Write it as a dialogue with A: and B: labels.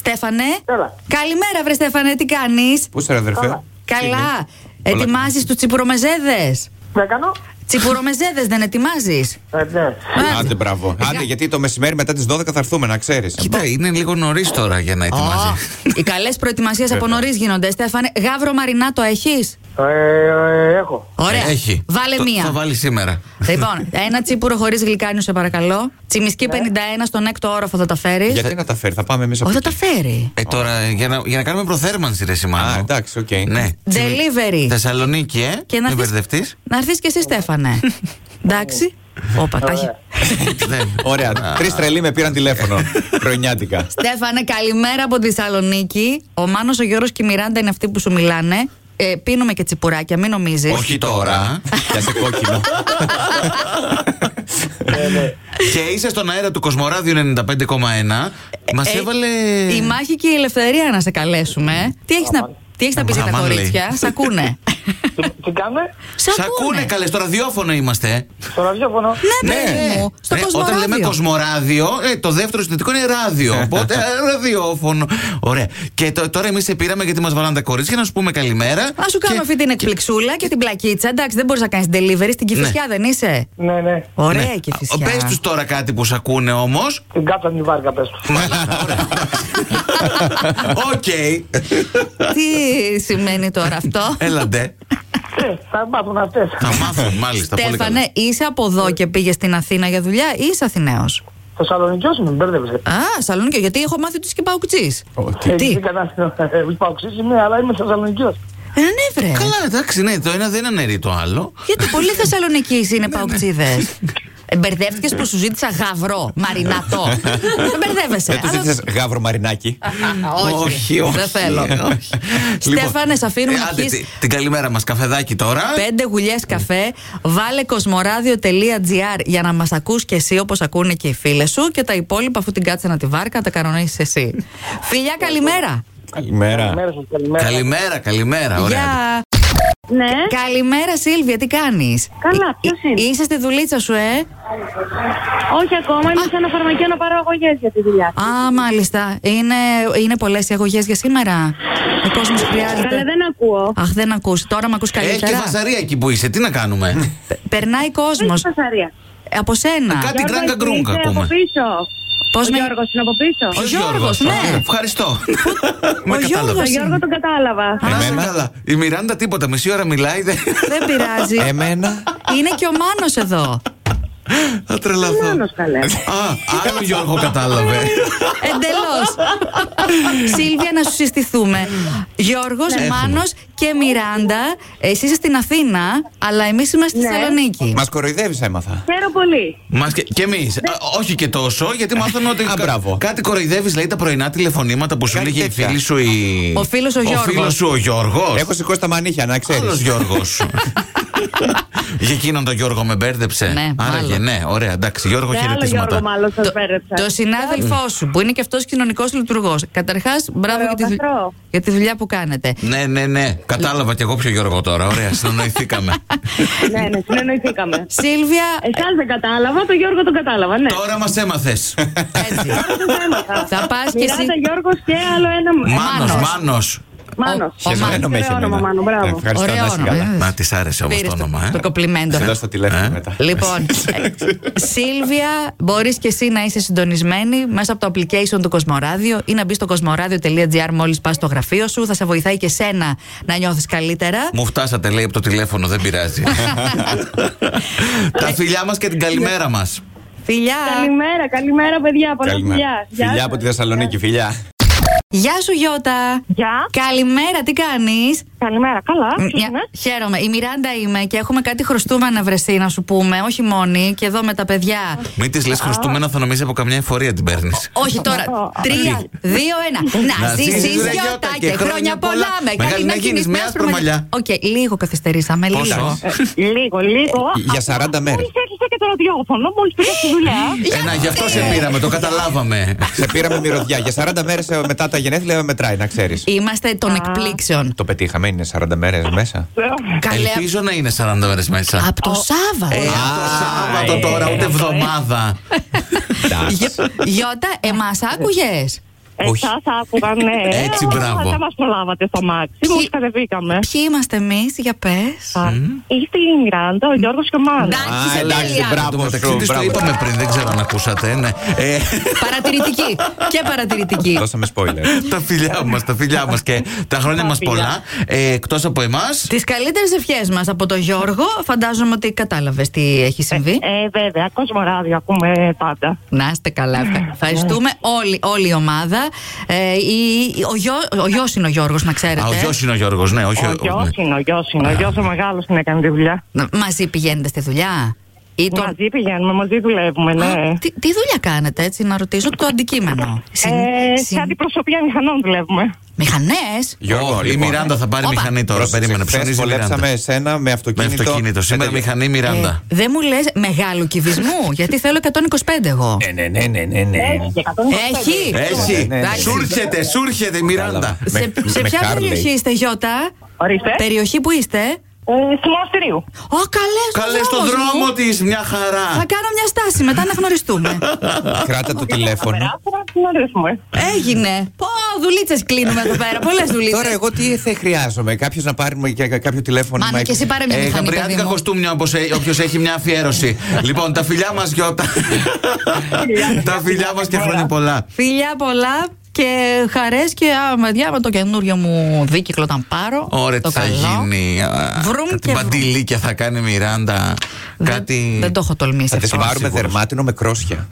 A: Στέφανε.
B: Έλα.
A: Καλημέρα, βρε Στέφανε, τι κάνεις.
C: Πού είσαι, ρε, αδερφέ.
B: Καλά.
A: Καλά.
C: Όλα
A: Ετοιμάζει τους τσιπουρομεζέδες.
B: Να κάνω.
A: Τσιπουρομεζέδες δεν ετοιμάζεις.
B: Ε, ναι.
C: Άντε, μπράβο. Άντε, γιατί το μεσημέρι μετά τις 12 θα έρθουμε, να ξέρεις.
D: Κοίτα, είναι λίγο νωρίς τώρα για να ετοιμάζει.
A: Οι καλές προετοιμασίες από
C: Βέβαια.
A: νωρίς γίνονται, Στέφανε. Γάβρο μαρινά το έχεις.
B: Ε, ε, έχω.
A: Ωραία.
D: Έχει.
A: Βάλε
D: Το-
A: μία.
D: Θα βάλεις σήμερα.
A: Λοιπόν, ένα τσίπουρο χωρίς γλυκάνιο, σε παρακαλώ. Τσιμισκή
B: Ναι.
A: 51 στον έκτο όροφο θα τα φέρεις.
C: Γιατί να τα φέρει, θα πάμε εμείς από
A: Όχι, θα τα
C: εκεί.
A: φέρει.
D: Ε, τώρα, για να, για να κάνουμε προθέρμανση, ρε Σιμάνο.
C: Α, εντάξει, οκ.
D: Ναι.
A: Delivery.
D: Θεσσαλονίκη, ε.
A: Και να
D: Μην
A: έρθεις-
D: μπερδευτείς.
A: Να έρθεις και εσύ, Στέφανε. Εντάξει. Όπα, τα έχει.
B: Ωραία.
C: Ωραία. Τρεις τρελοί με πήραν τηλέφωνο. Χρονιάτικα.
A: Στέφανε, καλημέρα από τη Θεσσαλονίκη. Ο Μάνος, ο Γιώργος και η Μιράντα είναι αυτοί που σου μιλάνε. Ε, πίνουμε και τσιπουράκια, μην νομίζεις.
D: Όχι τώρα.
C: Για σε κόκκινο.
B: Ε, ναι.
D: και είσαι στον αέρα του Κοσμοράδιου 95,1. Μας
A: Ε,
D: έβαλε.
A: Η μάχη και η ελευθερία να σε καλέσουμε. Τι έχεις να, τι έχεις να πεις για τα
D: Αμάν, λέει.
A: κορίτσια, σ' ακούνε.
B: Τι, τι κάνουμε
D: Σ' ακούνε καλές, στο ραδιόφωνο είμαστε. ε.
B: στο ραδιόφωνο.
A: Ναι, παιδί μου, στο
D: Ε,
A: Κοσμοράδιο.
D: Όταν λέμε κοσμοράδιο, ε, το δεύτερο συνθετικό είναι ράδιο. Οπότε ε, ραδιόφωνο. Ωραία. Και το- τώρα εμείς σε πήραμε γιατί μας βάλανε τα κορίτσια να σου πούμε καλημέρα.
A: Ας σου κάνω
D: Και-
A: αυτή την εκπληξούλα και την πλακίτσα. Εντάξει, δεν μπορείς να κάνεις delivery. Στην κυφισιά δεν είσαι.
B: Ναι, ναι.
A: Ωραία
D: Ναι.
A: η κυφισιά.
D: Πες τους τώρα κάτι που σ' ακούνε όμως.
B: Την κάτσα την βάρκα πες τους.
D: Οκ.
A: Τι σημαίνει τώρα αυτό.
D: Έλαντε.
B: Ε, θα μάθουν αυτές.
D: Θα μάθουν, μάλιστα. πολύ καλά.
A: Στέφανε, είσαι από εδώ και πήγες στην Αθήνα για δουλειά ή είσαι Αθηναίος.
B: Θεσσαλονικιός μου, μπέρδευε.
A: Α, Σαλονίκιο, γιατί έχω μάθει του και πάουκτζή.
C: Ότι.
B: Ε, ναι,
A: Τι?
B: Πάω ξύση, ναι, αλλά είμαι Θεσσαλονικιός.
A: Ε, ναι, βρε.
D: Καλά, εντάξει, ναι, το ένα δεν αναιρεί το άλλο.
A: Γιατί πολλοί Θεσσαλονικοί είναι παουκτζίδε. Μπερδεύτηκες που σου ζήτησα γαβρό, μαρινατό. Δεν μπερδεύεσαι.
C: Δεν του
A: αλλά-
C: ζήτησες γάβρο μαρινάκι. Λοιπόν.
A: Α, Όχι,
D: Ε, όχι.
A: δεν θέλω.
D: όχι.
A: Στέφανε, σε αφήνουμε
D: ε,
A: να
D: άντε,
A: πιεις-
D: τι- Την καλημέρα μας, καφεδάκι τώρα.
A: Πέντε γουλιές καφέ. Βάλε κοσμοράδιο.gr για να μας ακούς και εσύ όπως ακούνε και οι φίλες σου. Και τα υπόλοιπα, αφού την κάτσε να τη βάρκα, τα κανονίζει εσύ. Φιλιά, καλημέρα.
C: Καλημέρα.
B: Καλημέρα σας, καλημέρα.
D: Καλημέρα, καλημέρα. Ωραία.
A: Γεια.
E: Ναι,
A: Καλημέρα, Σίλβια, τι κάνεις.
E: Καλά, ποιος είναι?
A: Είσαι στη δουλίτσα σου, ε.
E: όχι ακόμα. Είμαι σε ένα φαρμακείο να πάρω αγωγές για τη δουλειά.
A: Α, μάλιστα. Είναι, είναι πολλές οι αγωγές για σήμερα. Ο κόσμος
E: Ε, Καλά,
A: χρειάζεται.
E: δεν ακούω.
A: Αχ, δεν ακούς. Τώρα με ακούς
D: Έχει Ε, και
A: καλύτερα.
D: φασαρία εκεί που είσαι, τι να κάνουμε.
A: Πε- Περνάει κόσμος.
E: Έχει φασαρία.
A: Από σένα.
D: Κάτι- την
E: Γιώργος,
D: Κράγκα Γκρούγκα
E: είσαι
D: ακούμε.
E: Από πίσω.
A: Πώς
E: Ο
A: με-
E: Γιώργος είναι από πίσω.
A: Ο
D: Ποιος
A: Γιώργος, ναι.
D: Α, Ε, Ευχαριστώ. Με
A: Ο
D: κατάλαβα.
E: Το
A: Γιώργος
E: Γιώργο
A: είναι.
E: τον κατάλαβα.
D: Να είσαι
C: Εμένα.
D: καλά. Η Μιράντα τίποτα, μισή ώρα μιλάει. δεν-
A: Δεν πειράζει.
C: Εμένα.
A: Είναι και ο Μάνος εδώ.
D: Θα τρελαθώ.
E: Μάνος καλέ.
D: Α, άλλο Γιώργο κατάλαβε.
A: Εντελώς. Σίλβια, να σου συστηθούμε. Γιώργος, Μάνος και Μιράντα, εσύ είσαι στην Αθήνα, αλλά εμείς είμαστε στη
E: Ναι.
A: Θεσσαλονίκη.
C: Μας κοροϊδεύεις, έμαθα.
E: Χαίρο πολύ.
D: Μας και, και εμείς. Όχι και τόσο, γιατί μάθαμε ότι.
C: Α,
D: κα-
C: μπράβο.
D: Κάτι κοροϊδεύεις, λέει τα πρωινά τηλεφωνήματα που σου
C: Κάτι
D: έλεγε η
C: τέτοια.
D: φίλη σου η.
A: Ο φίλος ο Γιώργος.
D: φίλος σου ο Γιώργος.
C: Έχω σηκώσει τα μανίχια, να
D: Άλλο
C: ξέρει.
D: Γιώργο. Για εκείνον τον Γιώργο με μπέρδεψε.
A: Ναι,
D: Άραγε,
A: μάλλον.
D: ναι, ωραία, εντάξει, Γιώργο
E: Με άλλο
D: χαιρετίσματα.
E: Γιώργο μάλλον σας πέρεψα.
A: Το συνάδελφό σου, που είναι και αυτός κοινωνικός λειτουργός. Καταρχάς, μπράβο
E: Ωραίο,
A: για τη, δου-
E: καθρό.
A: για τη δουλειά που κάνετε.
D: Ναι, ναι, ναι. Κατάλαβα κι εγώ ποιο Γιώργο τώρα. Ωραία, συνεννοηθήκαμε.
E: Ναι, ναι, συνεννοηθήκαμε.
A: Σίλβια,
E: Εσάς δεν κατάλαβα, το Γιώργο τον κατάλαβα, ναι.
D: Τώρα μας έμαθες.
C: Ε,
A: έτσι.
E: Σας έμαθα.
A: Θα πας και εσύ-
E: Μιράντα, Γιώργος και άλλο ένα.
D: Μάνος,
A: Μάνος.
D: μάνος.
E: Μάνος.
A: Ο- ο Μάνος.
C: Χεσμένο με έχει
E: Ωραίο όνομα,
C: εμένα.
E: Μάνο, μπράβο.
C: Ευχαριστώ,
A: Ωραίο
C: να είσαι
A: όνομα,
C: καλά.
A: ε.
D: Να της άρεσε όμως
A: Πήρες
D: το
A: το,
D: όνομα. ε.
A: το κοπλιμέντο.
C: Σε δώσω το τηλέφωνο
D: Ε.
C: μετά.
A: Λοιπόν, ε, Σίλβια, μπορείς και εσύ να είσαι συντονισμένη μέσα από το application του Κοσμοράδιο ή να μπεις στο κοσμοράδιο.gr μόλις πας στο γραφείο σου. Θα σε βοηθάει και σένα να νιώθεις καλύτερα.
D: Μου φτάσατε, λέει από το τηλέφωνο, δεν πειράζει. Τα φιλιά μας και την καλημέρα μας.
A: Φιλιά!
E: Καλημέρα, καλημέρα παιδιά, πολλά
C: Καλημέρα.
E: φιλιά. Γεια
C: Φιλιά
E: σας.
C: από τη Θεσσαλονίκη, φιλιά.
A: Γεια σου, Γιώτα!
E: Γεια.
A: Καλημέρα, τι κάνεις.
E: Καλημέρα, καλά. Ποιος
D: ναι.
E: είναι?
A: Χαίρομαι. Η Μιράντα είμαι και έχουμε κάτι χρωστούμενα βρεστή να σου πούμε. Όχι μόνη, και εδώ με τα παιδιά.
D: Μην της λες Χριστούμενα, θα νομίζεις από καμιά εφορία την παίρνεις.
A: Όχι τώρα. Τρία, δύο, ένα. Να ζήσεις
D: ζήσεις, ρε,
A: Γιώτα και χρόνια πολλά.
D: Μεγάλη
A: Μεγάλη
D: να
A: να γίνει
D: γίνεις, με
A: με
D: άσπρο
A: άσπρο μαλλιά. Οκ, λίγο καθυστερήσαμε.
D: Πόσο?
A: Λίγο.
E: ε? Λίγο, λίγο.
C: Για 40 μέρες.
E: Μόλι έκλεισα και το ραδιόφωνο, μόλις πήγα στη δουλειά.
D: Ε, να, γι' αυτό σε πήραμε, το καταλάβαμε.
C: Σε πήραμε μυρωδιά. Για 40 μέρε μετά τα γενέθλια ε, μετράει, να ξέρεις.
A: Είμαστε των εκπλήξεων.
C: Το πετύχαμε, είναι 40 μέρες μέσα.
A: Καλέ.
D: Ελπίζω να είναι 40 μέρες μέσα.
A: Από το Σάββατο.
D: Ε, αυτό Σάββατο τώρα, ούτε εβδομάδα.
C: Εντάξει.
D: Ε,
A: Γιώτα, εμάς άκουγες.
C: Όχι.
E: Εσά Ε, άκουγα, ναι.
D: Έτσι,
E: Αλλά
D: μπράβο.
E: Δεν μας προλάβατε στο μάξι. Μόλις κατεβήκαμε.
A: Ποιοι είμαστε εμείς, για πες.
E: Α, Είστε η Μιράντα, ο Γιώργος και ο Μάνος.
A: Να-
C: Α,
A: Άρχισε
C: εντάξει,
A: τέλεια.
D: Εν τω
C: μπράβο
D: μεταξύ
C: σου.
D: της το
C: μπράβο.
D: είπαμε πριν, δεν ξέρω αν ακούσατε. Ναι. Ε,
A: Παρατηρητική. και παρατηρητική.
C: Δώσαμε spoiler.
D: τα φιλιά μας, τα φιλιά μας και τα χρόνια
E: Τα
D: μας
E: φιλιά.
D: πολλά. Ε, Εκτός από εμάς.
A: Τις καλύτερες ευχές μας από τον Γιώργο, φαντάζομαι ότι κατάλαβες τι έχει συμβεί.
E: Ε, βέβαια, κοσμοράδιο ακούμε πάντα.
A: Να είστε καλά.
E: Ναι.
A: Ευχα- Ευχαριστούμε όλη, όλη η ομάδα. Ε, η- η- ο γιο ο γιος είναι ο Γιώργος, να ξέρετε.
D: Α, ο Γιώργο είναι ο Γιώργος, ναι, όχι
E: Ο
D: ο.
E: γιος
D: ναι.
E: είναι, ο γιος είναι. Ο γιος ο μεγάλος είναι έκανε τη δουλειά.
A: Να- Μαζί πηγαίνετε στη δουλειά. Ή το...
E: Μαζί πηγαίνουμε, μαζί δουλεύουμε, ναι.
A: Α, τι, τι δουλειά κάνετε, έτσι, να ρωτήσω το αντικείμενο.
E: Ε, σε αντιπροσωπεία μηχανών δουλεύουμε.
A: Μηχανές.
C: Γιώργο,
D: Ω, Η
C: λοιπόν.
D: Μιράντα θα πάρει
A: Όπα.
D: μηχανή τώρα.
C: Πρόσεξε,
D: Περίμενε,
C: χθες
D: ψωνίζει η
C: Βολέψαμε
D: Μιράντα.
C: εσένα με
D: Με
C: αυτοκίνητο.
D: αυτοκίνητο. Σήμερα
C: Ε,
D: μηχανή Μιράντα.
A: δεν μου λες μεγάλου κυβισμού, γιατί θέλω 125 εγώ.
C: Ναι, ναι, ναι, ναι, ναι, ναι.
E: Ε,
A: Έχει!
D: Ε, Έχει!
C: Ναι, ναι, ναι.
D: Σου έρχεται, σου έρχεται η Μιράντα.
C: Με-
A: Σε,
C: με
A: σε ποια
C: Harley.
A: περιοχή είστε, Γιώτα?
E: Ορίστε.
A: Περιοχή που είστε.
E: Ε, Στην Αυστηρίου.
A: Ω, καλές στον
D: Καλέ στον
A: δρόμο μου.
D: δρόμο της, μια χαρά.
A: ναι. Θα κάνω μια στάση μετά να γνωριστούμε.
C: Κράτα το τηλέφωνο.
E: Περάσαμε να συναντήσουμε.
A: Έγινε. Πω, δουλίτσες κλείνουμε εδώ πέρα. Πολλές δουλίτσες.
C: Τώρα εγώ τι θα χρειάζομαι, κάποιος να πάρει μου- και- κάποιο τηλέφωνο.
A: Μάνα, και εσύ πάρε μια
D: Ε,
A: μηχανή, παιδί
D: Γαμπριάτικα
A: μου.
D: κοστούμια, όποιος έχει μια αφιέρωση. λοιπόν, τα φιλιά μας, Γιώτα. τα φιλιά μας και χρόνια πολλά.
A: Φιλιά πολλά και χαρές και άμα διάβα το καινούριο μου δίκυκλο όταν πάρω.
D: Ωραία,
A: το
D: τι θα
A: καλό.
D: γίνει. α,
A: Βρούμ
D: Κάτι
A: και βρούμ.
D: μπαντιλίκια θα κάνει η Μιράντα.
A: Δεν,
D: Κάτι.
A: δεν το έχω τολμήσει
C: Θα τη
A: αυτό.
C: βάρουμε
D: σίγουρος.
C: δερμάτινο με κρόσια.